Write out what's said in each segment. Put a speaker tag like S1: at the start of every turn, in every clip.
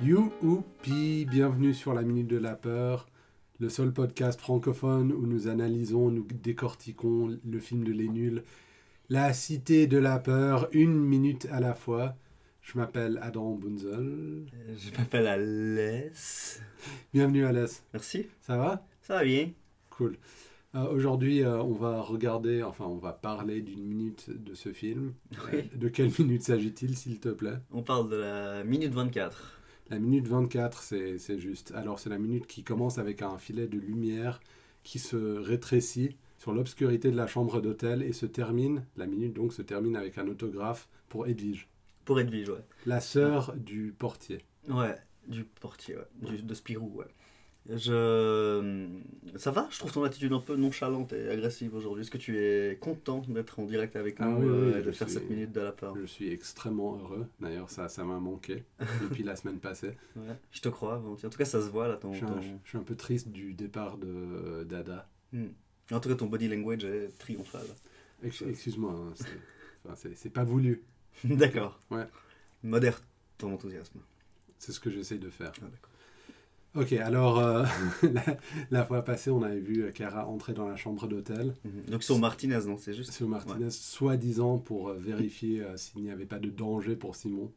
S1: Youhoupi, bienvenue sur la Minute de la Peur, le seul podcast francophone où nous analysons, nous décortiquons le film de Les Nuls, La Cité de la Peur, une minute à la fois. Je m'appelle Adam Bunzel.
S2: Euh, Je m'appelle Alès.
S1: Bienvenue Alès,
S2: Merci.
S1: ça va
S2: Ça va bien.
S1: Cool. Euh, Aujourd'hui, euh, on va regarder, enfin, on va parler d'une minute de ce film. Euh,
S2: Oui.
S1: De quelle minute s'agit-il, s'il te plaît
S2: On parle de la minute 24.
S1: La minute 24, c'est c'est juste. Alors, c'est la minute qui commence avec un filet de lumière qui se rétrécit sur l'obscurité de la chambre d'hôtel et se termine, la minute donc se termine avec un autographe pour Edwige,
S2: Pour Edwige, ouais.
S1: la sœur du portier.
S2: Ouais, du portier, ouais. Du- de Spirou, ouais. Je... Ça va Je trouve ton attitude un peu nonchalante et agressive aujourd'hui. Est-ce que tu es content d'être en direct avec
S1: Ah
S2: nous
S1: oui,
S2: euh,
S1: oui,
S2: et de
S1: je
S2: faire
S1: suis-
S2: cette minute de la peur
S1: Je suis extrêmement heureux. D'ailleurs, ça ça m'a manqué depuis la semaine passée.
S2: Ouais, je te crois. Valentin. En tout cas, ça se voit là. Ton,
S1: Je suis un,
S2: ton-
S1: je suis un peu triste du départ de euh, Dada.
S2: En tout cas, ton body language est triomphal.
S1: Ex- Excuse-moi, hein, c'est- enfin, c'est c'est pas voulu.
S2: D'accord.
S1: Ouais.
S2: Modère ton enthousiasme.
S1: C'est ce que j'essaye de faire.
S2: Ah, d'accord.
S1: Ok, alors euh, la, la fois passée, on avait vu Cara entrer dans la chambre d'hôtel.
S2: Mhm. Donc, sur Martinez, non C'est juste.
S1: Sio Martinez, soi-disant, pour euh, vérifier euh, s'il n'y avait pas de danger pour Simon.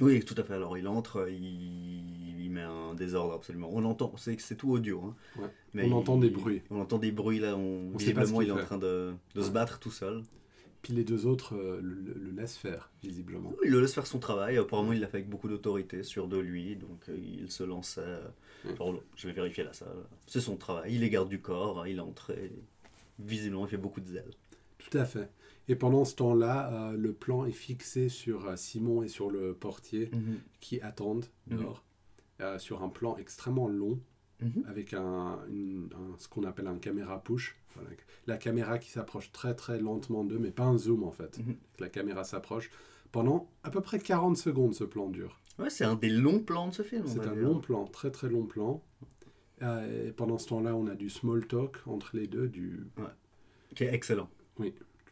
S2: Oui, tout à fait. Alors, il entre, euh, il, il met un désordre absolument. On l'entend, c'est c'est tout audio. hein.
S1: Ouais.
S2: Mais
S1: On
S2: il-
S1: entend des bruits.
S2: On entend des bruits là. On,
S1: On sait pas ce
S2: visiblement,
S1: qu'il
S2: il est en
S1: fait.
S2: train de, de se
S1: Ouais.
S2: battre tout seul.
S1: Puis les deux autres euh, le, le- le laissent faire, visiblement.
S2: Il le laisse faire son travail. Apparemment, il l'a fait avec beaucoup d'autorité, sûr de lui. Donc, euh, il se lance. euh,
S1: Ouais.
S2: genre, je vais vérifier la salle. C'est son travail. Il les garde du corps. hein, Il entre. et visiblement, il fait beaucoup de zèle.
S1: Tout à fait. Et pendant ce temps-là, euh, le plan est fixé sur euh, Simon et sur le portier qui attendent
S2: Mhm.
S1: dehors, euh, sur un plan extrêmement long,
S2: Mhm.
S1: avec un, une- un- ce qu'on appelle un caméra push. Enfin, la, la caméra qui s'approche très très lentement d'eux, mais pas un zoom en fait.
S2: Mhm.
S1: La caméra s'approche pendant à peu près 40 secondes, ce plan dure.
S2: Ouais, c'est un des longs plans de ce film. on
S1: C'est
S2: va
S1: un
S2: dire.
S1: long plan, très très long plan. Euh, et pendant ce temps-là, on a du small talk entre les deux, du...
S2: Qui est excellent.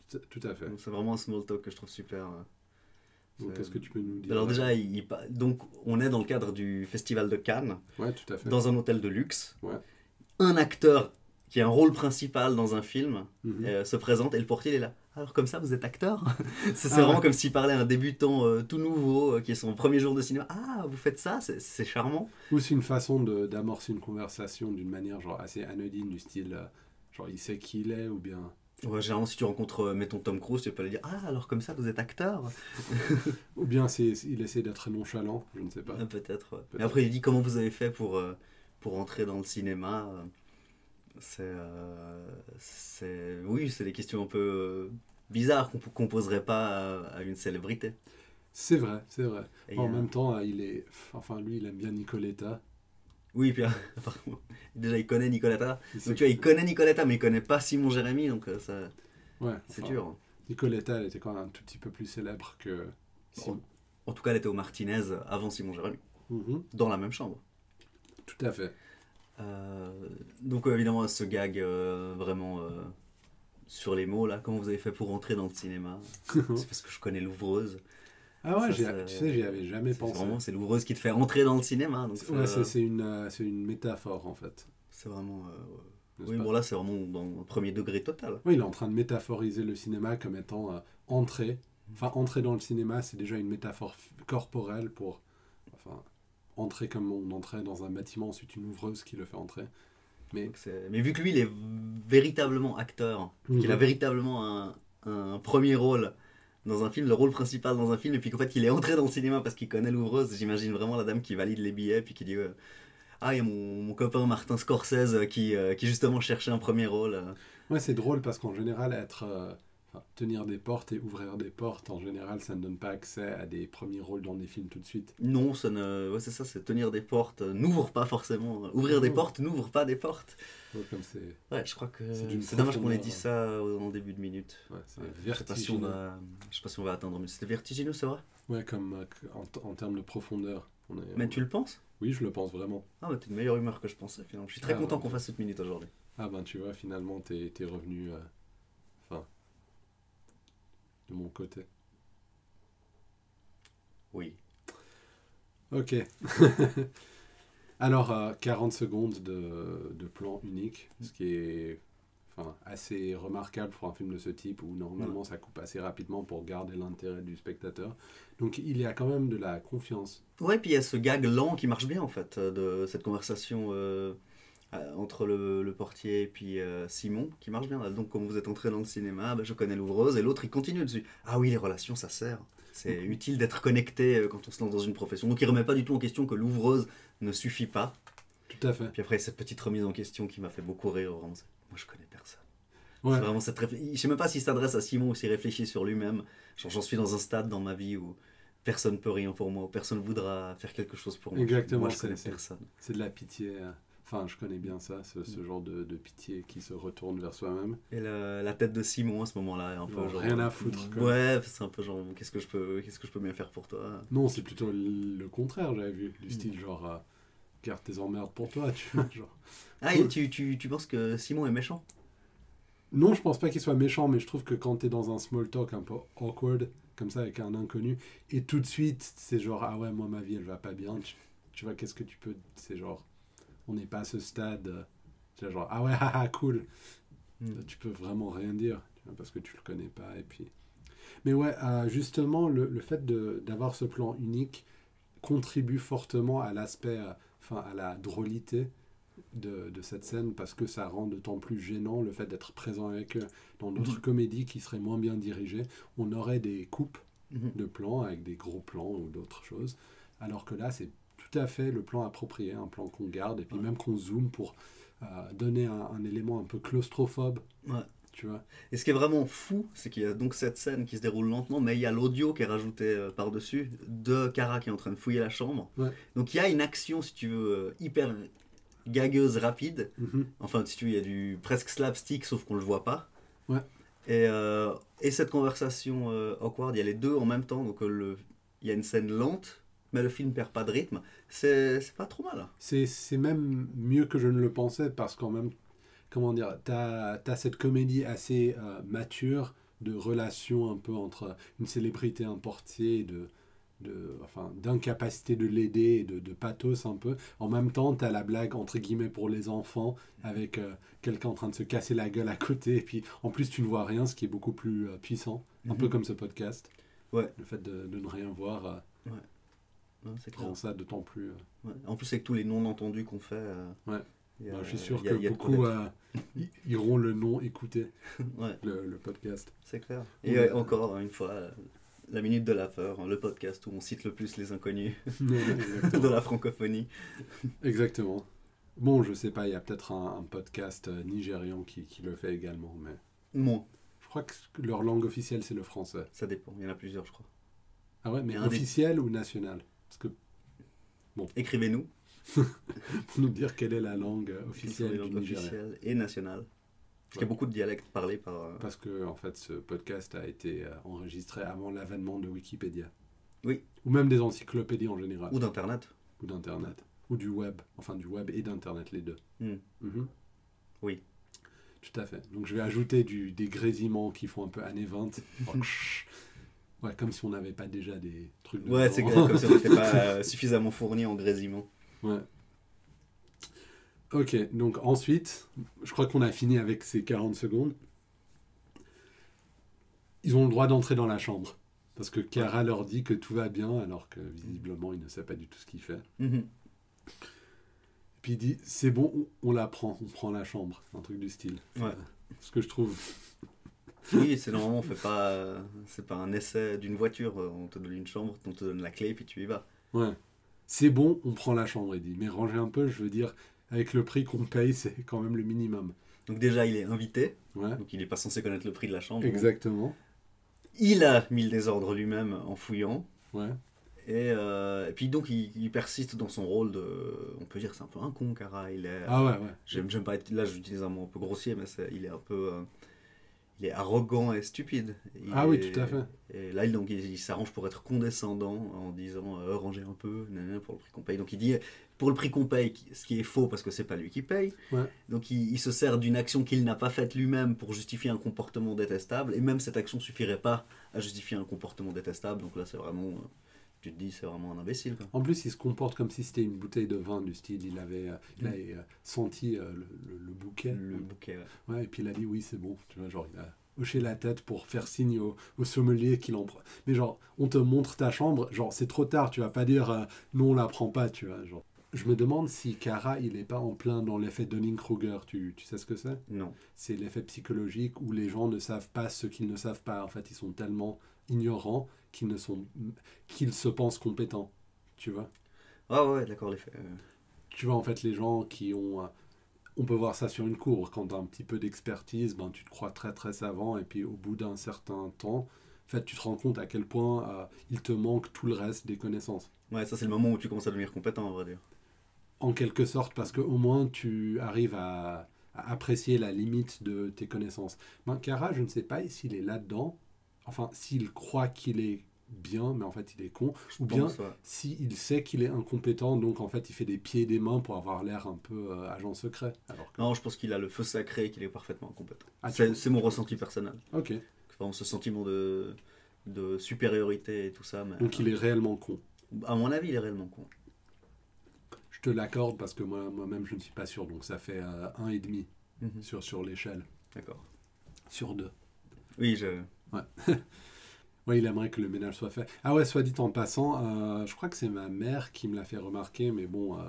S1: tout tout à fait.
S2: Donc, C'est vraiment un small talk que je trouve super. hein.
S1: Donc,
S2: C'est-
S1: Qu'est-ce que tu peux nous dire
S2: Alors déjà, il- il pa- donc on est dans le cadre du festival de Cannes,
S1: Ouais, tout à fait.
S2: dans un hôtel de luxe.
S1: Ouais.
S2: Un acteur qui a un rôle principal dans un film
S1: Mhm.
S2: euh, se présente et le portier il est là. Alors comme ça, vous êtes acteur C'est c'est
S1: Ah,
S2: vraiment
S1: ouais.
S2: comme s'il parlait à un débutant euh, tout nouveau euh, qui est son premier jour de cinéma. Ah, vous faites ça, c'est- c'est charmant.
S1: Ou c'est une façon de- d'amorcer une conversation d'une manière genre assez anodine, du style euh, genre il sait qui il est ou bien.
S2: Ouais, généralement, si tu rencontres, euh, mettons Tom Cruise, tu peux lui dire Ah, alors comme ça, vous êtes acteur
S1: Ou bien c'est c'est- il essaie d'être nonchalant, je ne sais pas.
S2: Ouais, Ah, Peut-être. ouais.
S1: Peut-être.
S2: Mais après, il dit comment vous avez fait pour, euh, pour rentrer dans le cinéma. euh, C'est. euh, c'est- oui, c'est des questions un peu euh, bizarres qu'on qu'on poserait pas à, à une célébrité.
S1: C'est vrai, c'est vrai.
S2: Et,
S1: en
S2: euh,
S1: même temps, euh, il est. Enfin, lui, il aime bien Nicoletta.
S2: Oui, puis euh, apparemment, déjà, il connaît Nicoletta.
S1: Il sait
S2: Donc, tu vois, il connaît Nicoletta, mais il connaît pas Simon Jérémy, donc euh, ça,
S1: que- ouais,
S2: c'est
S1: enfin,
S2: dur.
S1: Nicoletta, elle était quand même un tout petit peu plus célèbre que. Sim-
S2: En tout cas, elle était au Martinez avant Simon Jérémy,
S1: Mhm,
S2: dans la même chambre.
S1: tout à fait.
S2: Euh, donc euh, évidemment ce gag euh, vraiment euh, sur les mots là, comment vous avez fait pour rentrer dans le cinéma C'est parce que je connais l'ouvreuse.
S1: ah ouais,
S2: Ça,
S1: j'ai-
S2: c'est-
S1: tu sais, j'y avais jamais
S2: C'est
S1: pensé.
S2: Vraiment c'est l'ouvreuse qui te fait rentrer dans le cinéma. Donc
S1: C'est-
S2: c'est
S1: ouais, c'est
S2: euh,
S1: c'est une, euh, c'est une métaphore en fait.
S2: c'est vraiment. euh,
S1: n'est-ce
S2: oui
S1: pas
S2: bon là c'est vraiment dans le premier degré total.
S1: Oui, il est en train de métaphoriser le cinéma comme étant euh, entrer. Enfin, entrer dans le cinéma, c'est déjà une métaphore f- corporelle pour. Enfin, entrer comme on entrait dans un bâtiment, ensuite une ouvreuse qui le fait entrer.
S2: Donc, c'est- Mais vu que lui il est véritablement acteur, qu'il a
S1: Mhm.
S2: véritablement un, un premier rôle dans un film, le rôle principal dans un film, et puis qu'en fait il est entré dans le cinéma parce qu'il connaît l'ouvreuse, j'imagine vraiment la dame qui valide les billets, puis qui dit euh, Ah, il y a mon, mon copain Martin Scorsese euh, qui, euh, qui justement cherchait un premier rôle. euh.
S1: Ouais, c'est drôle parce qu'en général, être. euh, enfin, tenir des portes et ouvrir des portes, en général, ça ne donne pas accès à des premiers rôles dans des films tout de suite.
S2: Non, ça ne... ouais, c'est ça, c'est tenir des portes, euh, n'ouvre pas forcément. euh, Ouvrir des
S1: Mhm.
S2: portes, n'ouvre pas des portes.
S1: Ouais, comme c'est.
S2: Ouais, je crois que
S1: C'est d'une
S2: c'est dommage qu'on ait
S1: profondeur,
S2: dit
S1: hein.
S2: ça euh, en début de minute.
S1: Ouais, c'est
S2: Ouais, je sais pas si on
S1: vertigineux.
S2: va, je sais pas si on va attendre, mais c'était vertigineux, c'est vrai.
S1: Ouais, comme euh, que- en, t- en termes de profondeur. On est,
S2: Mais tu le penses
S1: Oui, je le pense vraiment.
S2: Ah, mais t'es de meilleure humeur que je pensais finalement. Je suis très
S1: Ah,
S2: content
S1: ouais.
S2: qu'on fasse cette minute aujourd'hui.
S1: Ah ben tu vois, finalement, t'es t'es revenu... euh, Enfin... de mon côté.
S2: Oui.
S1: Ok. Alors, euh, 40 secondes de, de plan unique, ce qui est enfin, assez remarquable pour un film de ce type où normalement ça coupe assez rapidement pour garder l'intérêt du spectateur. Donc, il y a quand même de la confiance.
S2: Ouais, puis il y a ce gag lent qui marche bien en fait, euh, de cette conversation euh, euh, entre le, le portier et puis euh, Simon, qui marche bien. Donc quand vous êtes entré dans le cinéma, ben, je connais l'ouvreuse et l'autre il continue dessus. Ah oui, les relations ça sert. C'est utile d'être connecté euh, quand on se lance dans une profession. Donc il remet pas du tout en question que l'ouvreuse ne suffit pas.
S1: Tout à fait.
S2: Puis après cette petite remise en question qui m'a fait beaucoup rire, vraiment, c'est- moi je connais personne.
S1: Ouais.
S2: C'est Vraiment cette réfl- Je sais même pas s'il s'adresse à Simon ou s'il réfléchit sur lui-même. Genre, J'en suis dans un stade dans ma vie où personne peut rien pour moi, où personne voudra faire quelque chose pour moi.
S1: Exactement,
S2: Moi, je
S1: c'est-
S2: connais
S1: c'est-
S2: personne.
S1: C'est de la pitié. euh, Enfin, je connais bien ça, ce, ce genre de, de pitié qui se retourne vers soi-même.
S2: Et le- la tête de Simon à ce moment-là est un peu
S1: Genre,
S2: genre.
S1: rien à foutre, quoi.
S2: Ouais, c'est un peu genre qu'est-ce que je peux, qu'est-ce que je peux bien faire pour toi.
S1: Non, c'est plutôt l- le contraire, j'avais vu. Du style genre, euh, garde tes emmerdes pour toi, tu vois. Genre.
S2: Ah,
S1: Cool.
S2: et tu, tu, tu penses que Simon est méchant
S1: Non, je pense pas qu'il soit méchant, mais je trouve que quand t'es dans un small talk un peu awkward, comme ça, avec un inconnu, et tout de suite, c'est genre, ah ouais, moi, ma vie, elle va pas bien. Tu, tu vois, qu'est-ce que tu peux. C'est genre, on n'est pas à ce stade. euh, C'est genre, ah ouais, haha, cool.
S2: Mm.
S1: Tu peux vraiment rien dire, tu vois, parce que tu le connais pas. Et puis... Mais ouais, euh, justement, le, le fait de- d'avoir ce plan unique contribue fortement à l'aspect, euh, enfin, à la drôlité de, de cette scène parce que ça rend d'autant plus gênant le fait d'être présent avec eux. Dans d'autres comédies qui seraient moins bien dirigées, on aurait des coupes
S2: Mhm.
S1: de plans avec des gros plans ou d'autres choses, alors que là, c'est tout à fait le plan approprié, un plan qu'on garde et puis
S2: Ouais.
S1: même qu'on zoome pour euh, donner un, un élément un peu claustrophobe.
S2: Ouais.
S1: Tu vois
S2: Et ce qui est vraiment fou, c'est qu'il y a donc cette scène qui se déroule lentement, mais il y a l'audio qui est rajouté euh, par-dessus de Cara qui est en train de fouiller la chambre.
S1: Ouais.
S2: Donc il y a une action, si tu veux, euh, hyper gagueuse, rapide.
S1: Mhm.
S2: Enfin, si tu veux, il y a du presque slapstick, sauf qu'on le voit pas.
S1: Ouais.
S2: Et, euh, et cette conversation euh, awkward, il y a les deux en même temps. Donc euh, le, il y a une scène lente, mais le film perd pas de rythme. C'est c'est pas trop mal. hein.
S1: C'est c'est même mieux que je ne le pensais parce qu'en même comment dire, t'as as cette comédie assez euh, mature de relations un peu entre une célébrité et un portier, et de, de, enfin, d'incapacité de l'aider, et de, de pathos un peu. En même temps, t'as la blague entre guillemets pour les enfants avec euh, quelqu'un en train de se casser la gueule à côté. Et puis en plus, tu ne vois rien, ce qui est beaucoup plus euh, puissant, un peu comme ce podcast.
S2: Mm-hmm. Ouais.
S1: Le fait de, de ne rien voir euh,
S2: Mhm. Ouais, c'est clair.
S1: rend ça d'autant plus. euh,
S2: Ouais. En plus, avec tous les non-entendus qu'on fait. euh,
S1: Ouais.
S2: il y a-
S1: Bah, je suis sûr
S2: il y a-
S1: que
S2: il y a de quoi
S1: beaucoup
S2: d'être.
S1: euh, i- iront le nom écouter
S2: Ouais.
S1: le, le podcast.
S2: C'est clair.
S1: Ouais.
S2: Et euh, encore une fois, euh, la minute de la peur, hein, le podcast où on cite le plus les inconnus de
S1: Exactement.
S2: la francophonie.
S1: Exactement. Bon, je sais pas, il y a peut-être un, un podcast euh, nigérian qui, qui le fait également, mais
S2: Moins,
S1: je crois que leur langue officielle c'est le français.
S2: ça dépend. Il y en a plusieurs, je crois.
S1: Ah ouais, mais
S2: Un des-
S1: officiel ou national Parce que
S2: Écrivez-nous.
S1: pour nous dire quelle est la langue euh,
S2: quelles sont
S1: officielle
S2: les
S1: du
S2: langues
S1: Nigeria.
S2: officielles et nationales. Parce qu'il y
S1: Ouais.
S2: a beaucoup de dialectes parlés par. euh,
S1: Parce que en fait, ce podcast a été euh, enregistré avant l'avènement de Wikipédia.
S2: Oui.
S1: Ou même des encyclopédies en général.
S2: ou d'internet.
S1: ou d'internet ou du web enfin du web et d'internet les deux
S2: Hmm.
S1: Mhm.
S2: Oui.
S1: tout à fait donc je vais ajouter du, des grésillements qui font un peu années 20 Genre, chut. ouais comme si on n'avait pas déjà des trucs de
S2: Ouais,
S1: genre.
S2: c'est clair, comme si on n'était pas euh, suffisamment fourni en grésillement.
S1: Ouais. Ok, donc ensuite, je crois qu'on a fini avec ces 40 secondes. Ils ont le droit d'entrer dans la chambre. Parce que Cara leur dit que tout va bien, alors que visiblement, il ne sait pas du tout ce qu'il fait.
S2: Mhm.
S1: Puis il dit c'est bon, on, on la prend, on prend la chambre, un truc du style. Euh,
S2: Ouais.
S1: Ce que je trouve.
S2: Oui, c'est normalement, on fait pas. euh, c'est pas un essai d'une voiture. euh, On te donne une chambre, on te donne la clé, puis tu y vas.
S1: Ouais. C'est bon, on prend la chambre, il dit. Mais ranger un peu, je veux dire, avec le prix qu'on paye, c'est quand même le minimum.
S2: Donc, déjà, il est invité.
S1: Ouais.
S2: Donc, il n'est pas censé connaître le prix de la chambre.
S1: Exactement.
S2: Il a mis le désordre lui-même en fouillant.
S1: Ouais.
S2: Et, euh, et puis donc il, il persiste dans son rôle de... On peut dire que c'est un peu un con, Cara. Il est,
S1: Ah ouais, ouais.
S2: j'aime, j'aime pas être... Là j'utilise un mot un peu grossier, mais c'est- il est un peu... euh, il est arrogant et stupide. Il
S1: Ah oui,
S2: est-
S1: tout à fait.
S2: Et là il, donc, il, il s'arrange pour être condescendant en disant euh, rangez un peu, nanana, pour le prix qu'on paye. Donc il dit pour le prix qu'on paye, ce qui est faux parce que c'est pas lui qui paye.
S1: Ouais.
S2: Donc il, il se sert d'une action qu'il n'a pas faite lui-même pour justifier un comportement détestable. Et même cette action suffirait pas à justifier un comportement détestable. Donc là c'est vraiment... euh, tu te dis, c'est vraiment un imbécile. quoi.
S1: En plus, il se comporte comme si c'était une bouteille de vin du style. Il avait, euh, il
S2: Mm.
S1: avait, euh, senti euh, le, le- le bouquet.
S2: Le bouquet, ouais.
S1: Ouais, et puis il a dit oui, c'est bon. Tu vois, genre, il a hoché la tête pour faire signe au, au sommelier qu'il en prend. Mais genre, on te montre ta chambre, genre, c'est trop tard, tu vas pas dire euh, non, on la prend pas, tu vois. Genre. Je me demande si Cara, il est pas en plein dans l'effet Dunning-Kruger. Tu, tu sais ce que c'est
S2: Non.
S1: C'est l'effet psychologique où les gens ne savent pas ce qu'ils ne savent pas. En fait, ils sont tellement ignorants qu'ils ne sont qu'ils se pensent compétents. Tu vois
S2: Ah ouais, d'accord, les faits. euh,
S1: tu vois, en fait, les gens qui ont. euh, On peut voir ça sur une cour. Quand tu as un petit peu d'expertise, ben, tu te crois très très savant. Et puis au bout d'un certain temps, en fait, tu te rends compte à quel point euh, il te manque tout le reste des connaissances.
S2: Ouais, ça, c'est le moment où tu commences à devenir compétent, à vrai dire.
S1: En quelque sorte, parce qu'au moins tu arrives à, à apprécier la limite de tes connaissances. Ben, Cara, je ne sais pas s'il est là-dedans. Enfin, s'il croit qu'il est bien, mais en fait il est con. Ou bien
S2: Pense, ouais.
S1: s'il sait qu'il est incompétent, donc en fait il fait des pieds et des mains pour avoir l'air un peu euh, agent secret. Alors que...
S2: Non, je pense qu'il a le feu sacré et qu'il est parfaitement compétent.
S1: Ah, tu
S2: c'est
S1: penses-
S2: c'est mon ressenti personnel.
S1: Ok.
S2: Vraiment ce sentiment de, de supériorité et tout ça. Mais, euh,
S1: Donc il est réellement con.
S2: À mon avis, il est réellement con.
S1: Je te l'accorde parce que moi- moi-même je ne suis pas sûr. Donc ça fait euh, un et demi
S2: Mhm.
S1: sur, sur l'échelle.
S2: D'accord.
S1: Sur deux.
S2: Oui, je...
S1: Ouais, il aimerait que le ménage soit fait. Ah ouais, soit dit en passant, euh, je crois que c'est ma mère qui me l'a fait remarquer, mais bon, euh,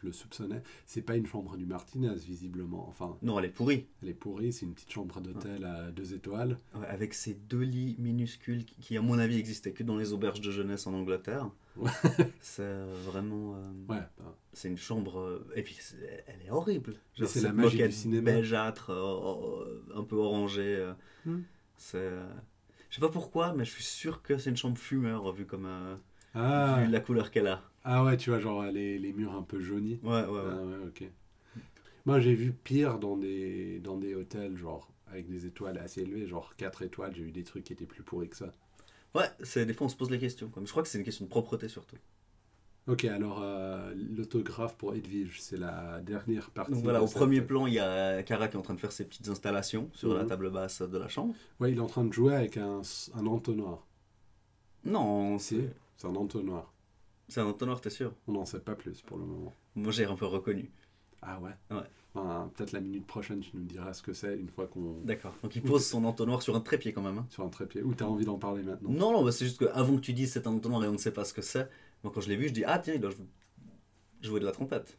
S1: je le soupçonnais. C'est pas une chambre du Martinez, visiblement. Enfin,
S2: Non, elle est pourrie.
S1: elle est pourrie, c'est une petite chambre d'hôtel à deux étoiles.
S2: Ouais, avec ces deux lits minuscules qui, qui, à mon avis, existaient que dans les auberges de jeunesse en Angleterre.
S1: Ouais.
S2: c'est euh, vraiment. euh,
S1: Ouais, ben,
S2: C'est une chambre. euh, et puis, c'est- elle est horrible.
S1: Mais c'est la
S2: cette
S1: magie du
S2: moquette
S1: cinéma.
S2: Beigeâtre, euh, euh, un peu orangée. euh,
S1: Hmm.
S2: C'est. euh, je sais pas pourquoi, mais je suis sûr que c'est une chambre fumeur, vu comme euh,
S1: Ah,
S2: vu la couleur qu'elle a.
S1: ah ouais, tu vois, genre les, les murs un peu jaunis.
S2: Ouais, ouais, ouais.
S1: Ah ouais, ok. Moi, j'ai vu pire dans des, dans des hôtels, genre, avec des étoiles assez élevées, genre 4 étoiles, j'ai eu des trucs qui étaient plus pourris que ça.
S2: Ouais, c'est des fois on se pose les questions. Comme je crois que c'est une question de propreté surtout.
S1: Ok, alors, euh, l'autographe pour Edwige, c'est la dernière partie.
S2: Donc voilà,
S1: de
S2: au
S1: cette-
S2: premier plan, il y a Cara qui est en train de faire ses petites installations sur la
S1: Mhm.
S2: table basse de la chambre.
S1: Ouais, il est en train de jouer avec un, s- un entonnoir.
S2: Non,
S1: Si,
S2: c'est
S1: c'est un entonnoir.
S2: c'est un entonnoir, t'es sûr
S1: On n'en sait pas plus pour le moment.
S2: Moi, j'ai un peu reconnu.
S1: Ah ouais
S2: Ouais.
S1: Enfin, Peut-être la minute prochaine, tu nous diras ce que c'est une fois qu'on.
S2: D'accord. Donc il pose son entonnoir sur un trépied quand même. hein.
S1: sur un trépied. Ou t'as envie d'en parler maintenant
S2: Non, non, bah, c'est juste qu'avant que tu dises c'est un entonnoir et on ne sait pas ce que c'est, moi quand je l'ai vu, je dis ah tiens, il doit jou- jouer de la trompette.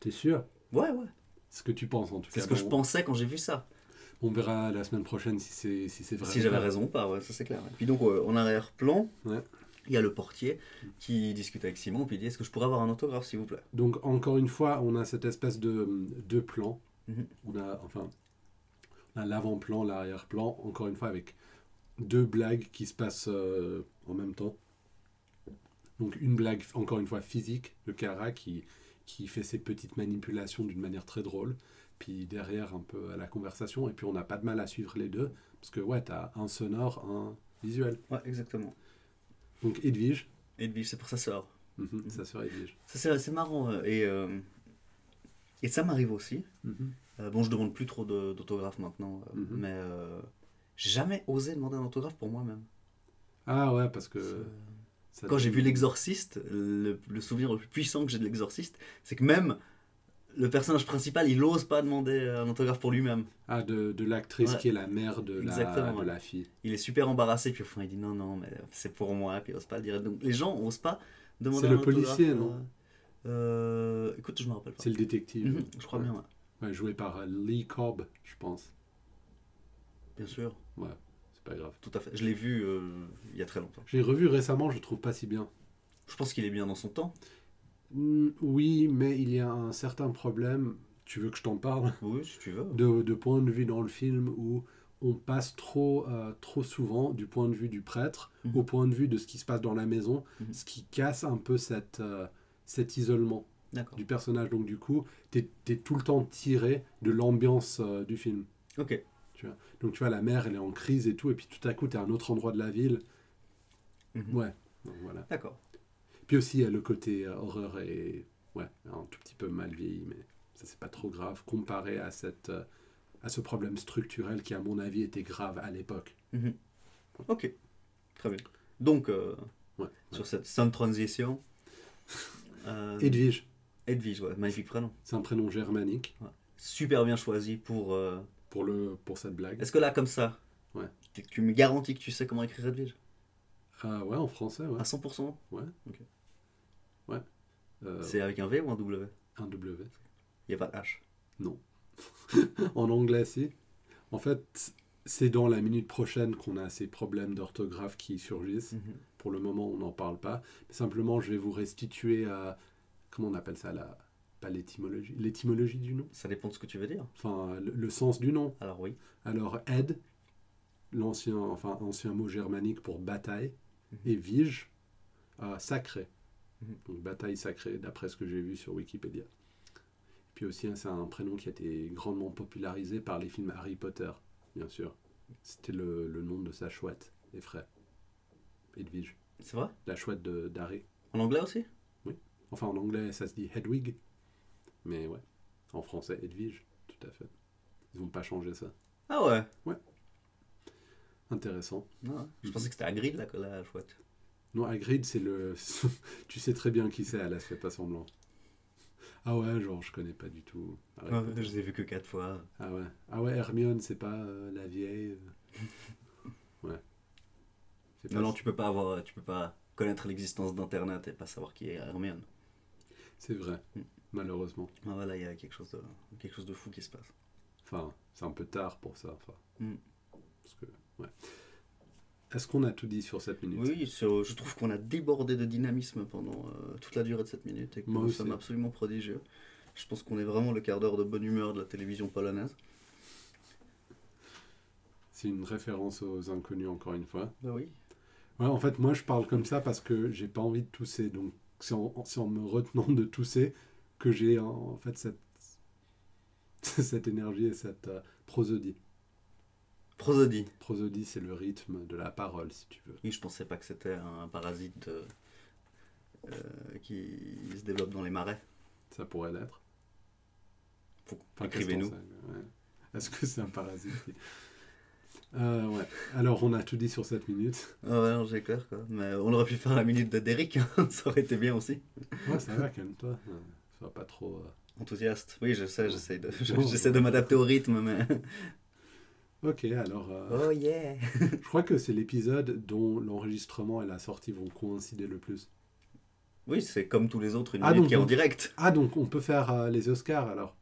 S1: T'es sûr
S2: Ouais, ouais.
S1: Ce que tu penses en tout
S2: C'est
S1: cas.
S2: ce que je
S1: Bon,
S2: pensais quand j'ai vu ça.
S1: On verra la semaine prochaine si c'est si c'est vrai.
S2: Si
S1: ou
S2: j'avais
S1: pas.
S2: raison ou pas, ouais, ça c'est clair. Puis donc, euh, en arrière-plan,
S1: Ouais.
S2: il y a le portier qui discute avec Simon, puis il dit Est-ce que je pourrais avoir un autographe, s'il vous plaît
S1: Donc encore une fois, on a cette espèce de deux plans.
S2: Mhm.
S1: On a enfin on a l'avant-plan, l'arrière-plan. Encore une fois avec deux blagues qui se passent euh, en même temps. Donc une blague encore une fois physique de Cara qui qui fait ses petites manipulations d'une manière très drôle. Puis derrière un peu à la conversation et puis on n'a pas de mal à suivre les deux parce que ouais t'as un sonore, un visuel.
S2: Ouais, exactement.
S1: Donc Edwige,
S2: Edwige, c'est pour sa sœur.
S1: mhm, ça serait Edwige.
S2: Ça, c'est c'est marrant. euh, Et, euh, et ça m'arrive aussi.
S1: Mhm.
S2: Euh, bon, je demande plus trop de- d'autographes maintenant, euh,
S1: Mhm.
S2: mais euh, j'ai jamais osé demander un autographe pour moi-même.
S1: Ah ouais parce
S2: C'est,
S1: que
S2: euh,
S1: ça
S2: Quand j'ai
S1: donne-
S2: vu L'Exorciste, le, le souvenir le plus puissant que j'ai de L'Exorciste, c'est que même le personnage principal, il ose pas demander euh, un autographe pour lui-même.
S1: Ah, de, de l'actrice
S2: Ouais.
S1: qui est la mère de la,
S2: Exactement.
S1: de la fille.
S2: Il est super embarrassé, puis au fond il dit non, non, mais c'est pour moi, puis il ose pas le dire. Donc les gens osent pas demander
S1: C'est
S2: un
S1: le policier,
S2: autographe,
S1: non
S2: euh, euh, Écoute, je me rappelle pas.
S1: C'est le détective.
S2: Mhm, je crois bien, ouais.
S1: Ouais, joué par euh, Lee Cobb, je pense.
S2: bien sûr,
S1: C'est pas grave.
S2: tout à fait. Je l'ai vu euh, il y a très longtemps.
S1: J'ai revu récemment, je trouve pas si bien.
S2: Je pense qu'il est bien dans son temps.
S1: Hmm, oui, mais il y a un certain problème. Tu veux que je t'en parle
S2: Oui, si tu veux.
S1: de, de point de vue dans le film où on passe trop, euh, trop souvent du point de vue du prêtre
S2: Mhm.
S1: au point de vue de ce qui se passe dans la maison,
S2: Mhm.
S1: ce qui casse un peu cette, euh, cet isolement
S2: D'accord.
S1: du personnage. Donc, du coup, t'es es tout le temps tiré de l'ambiance euh, du film.
S2: Ok.
S1: Donc tu vois, la mer, elle est en crise et tout, et puis tout à coup, tu à un autre endroit de la ville.
S2: Mhm.
S1: Ouais. Donc, voilà.
S2: D'accord.
S1: Puis aussi, il y a le côté euh, horreur et ouais, un tout petit peu mal vieilli, mais ça, c'est pas trop grave comparé à, cette, euh, à ce problème structurel qui, à mon avis, était grave à l'époque.
S2: Ok. Très bien. Donc, euh,
S1: Ouais,
S2: sur cette sans transition. Euh,
S1: Edwige,
S2: Edwige, ouais, magnifique prénom.
S1: c'est un prénom germanique
S2: Super bien choisi pour. euh,
S1: pour, le, pour cette blague.
S2: Est-ce que là, comme ça,
S1: Ouais.
S2: tu, tu me garantis que tu sais comment écrire Edwige
S1: Ah ouais, en français, ouais.
S2: À 100%
S1: Euh,
S2: C'est avec un V ou un W
S1: un W.
S2: Il n'y a pas de H.
S1: En anglais, si. En fait, c'est dans la minute prochaine qu'on a ces problèmes d'orthographe qui surgissent. Pour le moment, on n'en parle pas. Mais simplement, je vais vous restituer à. Comment on appelle ça la... Pas l'étymologie. L'étymologie du nom.
S2: Ça dépend de ce que tu veux dire.
S1: Enfin, le, le sens du nom.
S2: Alors oui.
S1: Alors, Ed, l'ancien enfin, ancien mot germanique pour bataille,
S2: Mhm.
S1: et Vige, euh, sacré.
S2: Mhm.
S1: Donc, bataille sacrée, d'après ce que j'ai vu sur Wikipédia. Puis aussi, hein, c'est un prénom qui a été grandement popularisé par les films Harry Potter, bien sûr. C'était le, le nom de sa chouette, et frères. Edwige,
S2: C'est vrai
S1: la chouette de- d'Harry.
S2: En anglais aussi
S1: Enfin, en anglais, ça se dit Hedwig. Mais ouais, en français, Edwige, tout à fait. Ils n'ont pas changé ça.
S2: Ah ouais
S1: Intéressant.
S2: Non, hein. Je pensais que c'était Hagrid, la, la chouette.
S1: Non, Hagrid, c'est le. tu sais très bien qui c'est, elle, elle se fait pas semblant. Ah ouais, genre, je connais pas du tout. Harry
S2: Ah Ouais,
S1: Potter.
S2: je les ai vus que 4 fois.
S1: Ah ouais. Ah ouais, Hermione, c'est pas euh, la vieille. euh. Ouais. C'est
S2: Non,
S1: pas-
S2: non, tu peux pas avoir, tu peux pas connaître l'existence d'Internet et pas savoir qui est Hermione.
S1: C'est vrai,
S2: Mm.
S1: malheureusement.
S2: Ah, voilà, il y a quelque chose, de, quelque chose de fou qui se passe.
S1: Enfin, c'est un peu tard pour ça. Enfin.
S2: Mm.
S1: Parce que. Ouais. Est-ce qu'on a tout dit sur cette minute
S2: Oui, sur- je trouve qu'on a débordé de dynamisme pendant euh, toute la durée de cette minute et que
S1: Moi
S2: nous
S1: aussi.
S2: sommes absolument prodigieux. Je pense qu'on est vraiment le quart d'heure de bonne humeur de la télévision polonaise.
S1: C'est une référence aux inconnus, encore une fois.
S2: Bah oui.
S1: Ouais, en fait, moi, je parle comme ça parce que j'ai pas envie de tousser. Donc, c'est en, c'est en me retenant de tousser que j'ai en, en fait cette, cette énergie et cette euh, prosodie.
S2: Prosodie.
S1: Prosodie, c'est le rythme de la parole, si tu veux.
S2: Oui, je pensais pas que c'était un parasite euh, euh, qui se développe dans les marais.
S1: Ça pourrait l'être.
S2: Faut-
S1: Enfin, qu'est-ce qu'on
S2: Écrivez-nous.
S1: sait, ouais. Est-ce que c'est un parasite qui- Euh, ouais. Alors, on a tout dit sur cette minute.
S2: Ah ouais, non, j'ai clair quoi. Mais on aurait pu faire la minute de Derrick, hein, ça aurait été bien aussi.
S1: Ouais, ça va, calme-toi. Euh, Sois pas trop. euh,
S2: Enthousiaste. Oui, je
S1: Oh.
S2: sais, j'essaie de,
S1: Non.
S2: j'essaie de m'adapter au rythme, mais.
S1: Ok, alors. euh,
S2: Oh yeah!
S1: Je crois que c'est l'épisode dont l'enregistrement et la sortie vont coïncider le plus.
S2: Oui, c'est comme tous les autres, une
S1: Ah,
S2: minute
S1: donc
S2: qui est en
S1: vous-
S2: direct.
S1: Ah, donc on peut faire euh, les Oscars alors.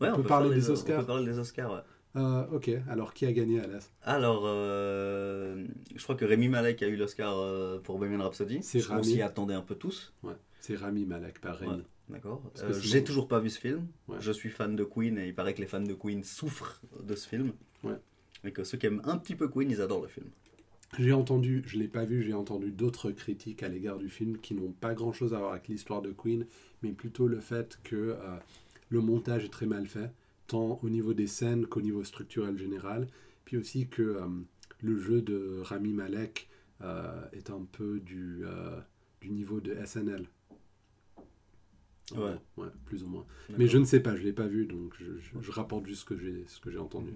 S2: Ouais,
S1: peut parler
S2: faire
S1: des
S2: les- On
S1: Oscars.
S2: peut parler des Oscars, ouais.
S1: Euh, ok, alors qui a gagné Alas
S2: Alors, euh, je crois que Rémi Malek a eu l'Oscar euh, pour Bohemian Rhapsody.
S1: C'est
S2: On
S1: Rami.
S2: s'y attendait un peu tous.
S1: C'est Rami Malek, par Rémi.
S2: Ouais. D'accord.
S1: Parce que
S2: Euh,
S1: sinon-
S2: J'ai toujours pas vu ce film.
S1: Ouais.
S2: Je suis fan de Queen et il paraît que les fans de Queen souffrent de ce film.
S1: Ouais.
S2: Et que ceux qui aiment un petit peu Queen, ils adorent le film.
S1: J'ai entendu, je l'ai pas vu, j'ai entendu d'autres critiques à l'égard du film qui n'ont pas grand chose à voir avec l'histoire de Queen, mais plutôt le fait que euh, le montage est très mal fait, tant au niveau des scènes qu'au niveau structurel général, puis aussi que euh, le jeu de Rami Malek euh, est un peu du, euh, du niveau de SNL. En
S2: Ouais.
S1: gros, ouais, plus ou moins. Mais je ne sais pas, je ne l'ai pas vu, donc je, je- je rapporte juste ce que j'ai ce que j'ai entendu.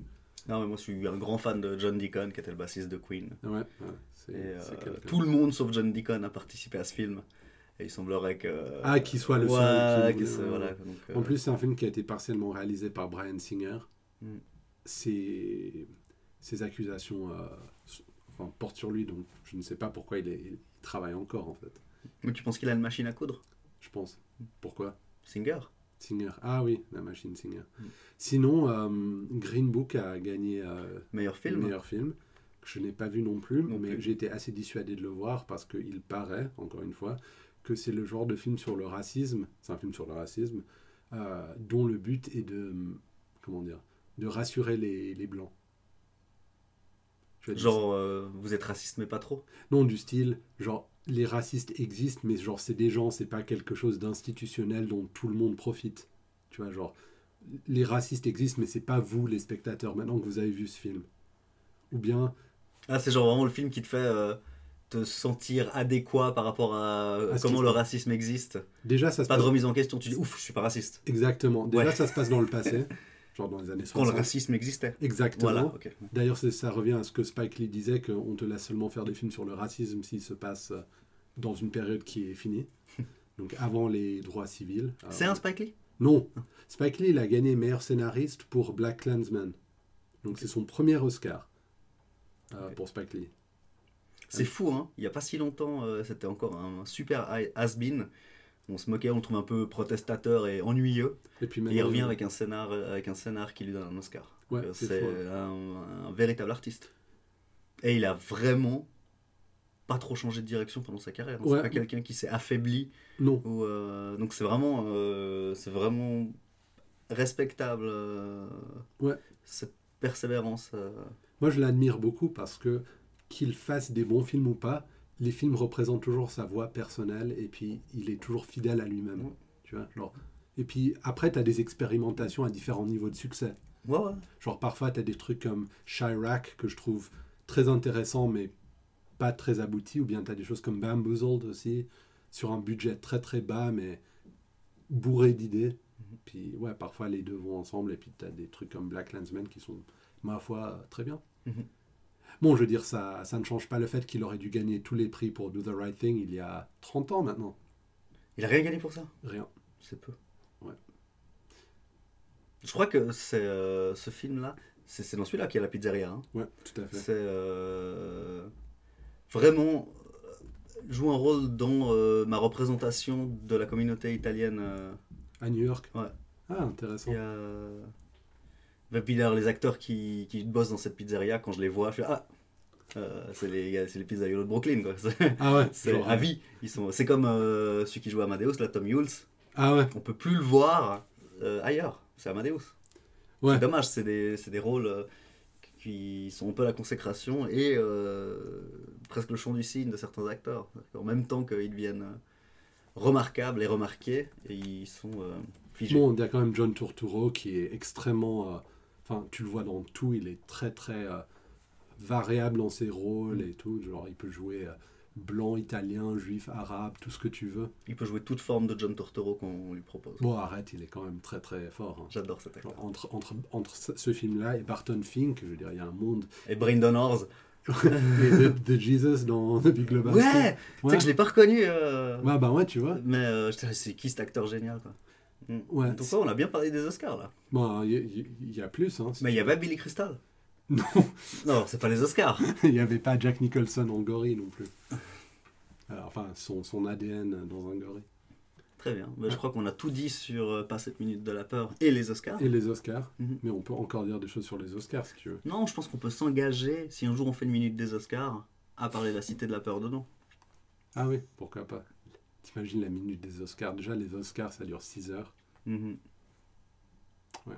S2: Non, mais moi, je suis un grand fan de John Deacon, qui était le bassiste de Queen.
S1: Ah Ouais, ouais,
S2: Et,
S1: c'est
S2: euh,
S1: c'est quelqu'un.
S2: tout le monde, sauf John Deacon, a participé à ce film. Et il semblerait que.
S1: Ah, qu'il soit le seul
S2: Ouais,
S1: qui
S2: qu'il
S1: voulait,
S2: soit-
S1: ouais.
S2: voilà, donc, euh,
S1: En plus, c'est un film qui a été partiellement réalisé par Brian Singer.
S2: Mm.
S1: Ses, ses accusations euh, s- enfin, portent sur lui, donc je ne sais pas pourquoi il, est- il travaille encore, en fait.
S2: euh, Mais tu penses qu'il a une machine à coudre
S1: Je pense.
S2: Hmm.
S1: Pourquoi
S2: Singer
S1: Singer. Ah oui, la machine Singer.
S2: Mm.
S1: Sinon, euh, Green Book a gagné euh,
S2: Meilleur
S1: le
S2: film
S1: meilleur film, que je n'ai pas vu non plus,
S2: Non
S1: mais
S2: plus.
S1: j'ai été assez dissuadé de le voir parce qu'il paraît, encore une fois, que c'est le genre de film sur le racisme, c'est un film sur le racisme, euh, dont le but est de, comment dire, de rassurer les, les blancs. Je vais dire
S2: Genre, euh, vous êtes raciste, mais pas trop.
S1: ça. Non, du style, genre, les racistes existent, mais genre, c'est des gens, c'est pas quelque chose d'institutionnel dont tout le monde profite. Tu vois, genre, les racistes existent, mais c'est pas vous, les spectateurs, maintenant que vous avez vu ce film. Ou bien,
S2: Ah, c'est genre vraiment le film qui te fait euh, te sentir adéquat par rapport à euh,
S1: À ce
S2: comment
S1: qui-
S2: le racisme existe.
S1: déjà, ça se
S2: Pas de
S1: passe
S2: remise en question, tu dis ouf, je suis pas raciste.
S1: Exactement. Déjà,
S2: Ouais.
S1: ça se passe dans le passé, genre dans les années
S2: Quand le
S1: 60.
S2: racisme existait.
S1: Exactement.
S2: Voilà, ok.
S1: D'ailleurs, c'est- ça revient à ce que Spike Lee disait, qu'on te laisse seulement faire des films sur le racisme s'il se passe euh, dans une période qui est finie, donc avant les droits civils.
S2: C'est
S1: avant-
S2: un Spike Lee
S1: Non, Spike Lee il a gagné meilleur scénariste pour Black Klansman. Donc c'est son premier Oscar euh,
S2: Ok.
S1: pour Spike Lee.
S2: C'est fou, hein Il n'y a pas si longtemps, euh, c'était encore un super hi- has-been. On se moquait, on le trouve un peu protestateur et ennuyeux.
S1: Et puis
S2: Et il revient
S1: maintenant-
S2: avec un scénar, euh, avec un scénar qui lui donne un Oscar.
S1: Ouais,
S2: Euh,
S1: c'est
S2: c'est
S1: fou, hein.
S2: un, un véritable artiste. Et il a vraiment pas trop changé de direction pendant sa carrière. hein.
S1: Ouais.
S2: C'est pas quelqu'un qui s'est affaibli.
S1: Non,
S2: Ou, euh, donc c'est vraiment, euh, c'est vraiment respectable euh,
S1: Ouais.
S2: cette persévérance. euh.
S1: moi je l'admire beaucoup parce que qu'il fasse des bons films ou pas, les films représentent toujours sa voix personnelle et puis il est toujours fidèle à lui-même.
S2: Ouais.
S1: Tu vois, genre. Et puis après, tu as des expérimentations à différents niveaux de succès.
S2: Ouais, ouais.
S1: Genre parfois, tu as des trucs comme Chirac que je trouve très intéressant mais pas très abouti, ou bien tu as des choses comme Bamboozled aussi, sur un budget très très bas mais bourré d'idées.
S2: Mhm.
S1: Puis ouais, parfois les deux vont ensemble, et puis tu as des trucs comme Black Landsman qui sont, ma foi, très bien.
S2: Mhm.
S1: Bon, je veux dire, ça, ça ne change pas le fait qu'il aurait dû gagner tous les prix pour Do the Right Thing il y a 30 ans maintenant.
S2: Il a rien gagné pour ça.
S1: Rien.
S2: C'est peu.
S1: Ouais.
S2: Je crois que c'est euh, ce film-là, c'est c'est dans celui-là qu'il y a la pizzeria. hein.
S1: Ouais, tout à fait.
S2: C'est euh, vraiment euh, joue un rôle dans euh, ma représentation de la communauté italienne. euh.
S1: À New York.
S2: Ouais.
S1: Ah, intéressant.
S2: Il y a, euh, et puis d'ailleurs, les acteurs qui, qui bossent dans cette pizzeria, quand je les vois, je fais ah, euh, c'est les gars- c'est les pizzaiolos de Brooklyn quoi. C'est-
S1: Ah ouais,
S2: C'est
S1: genre,
S2: à vie. Ils sont, c'est comme euh, celui qui joue à Amadeus, là, Tom Hulce.
S1: Ah ouais,
S2: on peut plus le voir euh, ailleurs. C'est Amadeus.
S1: Ouais.
S2: C'est dommage, c'est des, c'est des rôles euh, qui sont un peu la consécration et euh, presque le chant du signe de certains acteurs. En même temps qu'ils deviennent euh, remarquables et remarqués, et ils sont euh, figés.
S1: Bon, il y a quand même John Turturro qui est extrêmement. euh, Enfin, tu le vois dans tout, il est très très euh, variable dans ses rôles
S2: Mm.
S1: et tout. Genre, il peut jouer euh, blanc, italien, juif, arabe, tout ce que tu veux.
S2: Il peut jouer toute forme de John Tortoro qu'on lui propose.
S1: Bon, arrête, il est quand même très très fort. hein.
S2: J'adore cet acteur.
S1: Genre, entre, entre, entre ce ce film-là et Barton Fink, je veux dire, il y a un monde.
S2: Et Bryndon Ors.
S1: et The, The Jesus dans The Big
S2: Ouais,
S1: Lebowski.
S2: Tu sais que je l'ai pas reconnu. euh,
S1: Ouais, bah ouais, tu vois.
S2: Mais euh, j'étais là, c'est qui cet acteur génial quoi. Mm.
S1: Ouais.
S2: Donc, ouais, on a bien parlé des Oscars là.
S1: Bon, il y, il y a plus. Hein,
S2: Mais il y avait Billy Crystal.
S1: Non,
S2: Non, c'est pas les Oscars.
S1: Il n'y avait pas Jack Nicholson en gorille non plus. Euh, enfin, son, son ADN dans un gorille.
S2: Très bien. Bah, je crois qu'on a tout dit sur euh, Pas 7 minutes de la peur et les Oscars.
S1: Et les Oscars.
S2: Mhm.
S1: Mais on peut encore dire des choses sur les Oscars si tu veux.
S2: Non, je pense qu'on peut s'engager, si un jour on fait une minute des Oscars, à parler de la Cité de la peur dedans.
S1: Ah oui, pourquoi pas. T'imagines la minute des Oscars. Déjà, les Oscars, ça dure 6 heures.
S2: Mhm.
S1: Ouais.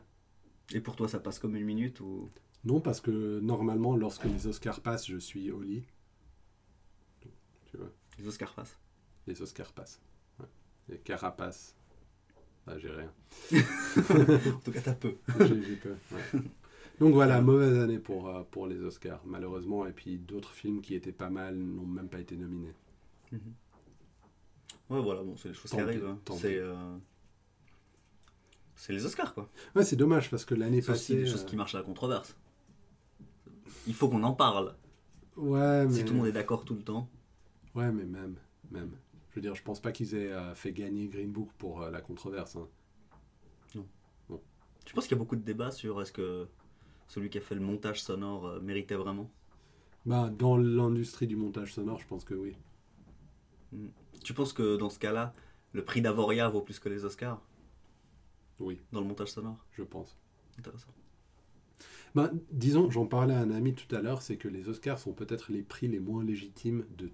S2: Et pour toi, ça passe comme une minute ou...
S1: Non, parce que normalement, lorsque les Oscars passent, je suis au lit. Tu vois,
S2: Les Oscars passent.
S1: les Oscars passent. Ouais. Les carapaces. Ah, j'ai rien.
S2: En tout cas, t'as peu.
S1: J'ai- j'ai peur, ouais. Donc voilà, mauvaise année pour, euh, pour les Oscars, malheureusement. Et puis d'autres films qui étaient pas mal n'ont même pas été nominés.
S2: Ouais, voilà, bon, c'est les choses
S1: Tant
S2: qui
S1: pis,
S2: arrivent. hein.
S1: tant
S2: C'est...
S1: pis.
S2: euh, C'est les Oscars, quoi.
S1: Ouais, c'est dommage parce que l'année
S2: C'est aussi
S1: passée.
S2: des choses qui marchent à la controverse. Il faut qu'on en parle.
S1: euh, ouais, mais...
S2: Si tout le monde est d'accord tout le temps.
S1: ouais, mais même. même. Je veux dire, je pense pas qu'ils aient euh, fait gagner Green Book pour euh, la controverse. hein.
S2: Tu penses qu'il y a beaucoup de débats sur est-ce que celui qui a fait le montage sonore euh, méritait vraiment
S1: Bah, dans l'industrie du montage sonore, je pense que oui.
S2: Tu penses que dans ce cas-là, le prix d'Avoria vaut plus que les Oscars
S1: Oui,
S2: dans le montage sonore
S1: je pense.
S2: Intéressant.
S1: Bah, disons, j'en parlais à un ami tout à l'heure, c'est que les Oscars sont peut-être les prix les moins légitimes de,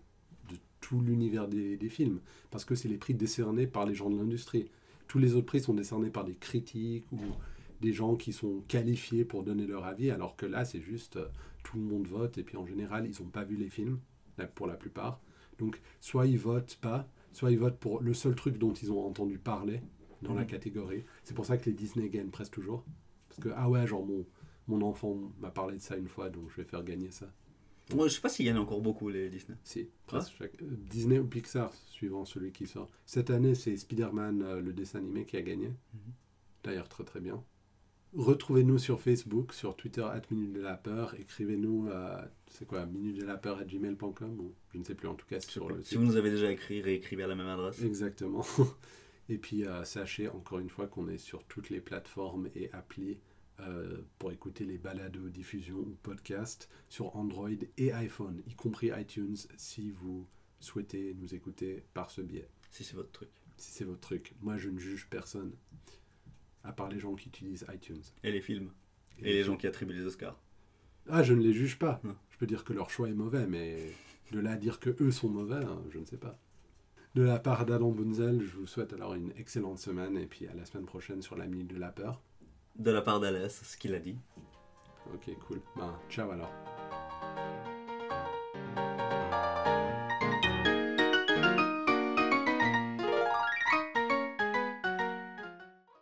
S1: de tout l'univers des, des films, parce que c'est les prix décernés par les gens de l'industrie. Tous les autres prix sont décernés par des critiques ou des gens qui sont qualifiés pour donner leur avis, alors que là, c'est juste euh, tout le monde vote, et puis en général, ils n'ont pas vu les films, la- pour la plupart. Donc, soit ils votent pas, soit ils votent pour le seul truc dont ils ont entendu parler dans la
S2: Mhm.
S1: catégorie. C'est pour ça que les Disney gagnent presque toujours. Parce que, ah ouais, genre, mon, mon enfant m'a parlé de ça une fois, donc je vais faire gagner ça.
S2: Moi, je sais pas s'il y en a encore beaucoup, les Disney.
S1: Si, presque chaque- euh, Disney ou Pixar, suivant celui qui sort. Cette année, c'est Spider-Man, euh, le dessin animé, qui a gagné.
S2: Mhm.
S1: D'ailleurs, très très bien. Retrouvez-nous sur Facebook, sur Twitter, at Minute de la Peur. Écrivez-nous à, c'est quoi, minute de la peur, gmail.com, ou je ne sais plus, en tout cas, sur le
S2: si
S1: site.
S2: vous nous avez déjà écrit, réécrivez à la même adresse.
S1: Exactement. Et puis, euh, sachez encore une fois qu'on est sur toutes les plateformes et applis euh, pour écouter les balados, diffusions ou podcasts sur Android et iPhone, y compris iTunes, si vous souhaitez nous écouter par ce biais,
S2: Si c'est votre truc.
S1: si c'est votre truc. Moi, je ne juge personne, à part les gens qui utilisent iTunes.
S2: Et les films. Et les gens qui attribuent les Oscars.
S1: Ah, je ne les juge pas.
S2: Non.
S1: Je peux dire que leur choix est mauvais, mais de là à dire que eux sont mauvais, hein, je ne sais pas. De la part d'Adam Bunzel, je vous souhaite alors une excellente semaine et puis à la semaine prochaine sur la minute de la peur.
S2: De la part d'Alès, ce qu'il a dit.
S1: Ok, cool. Ben, ciao alors.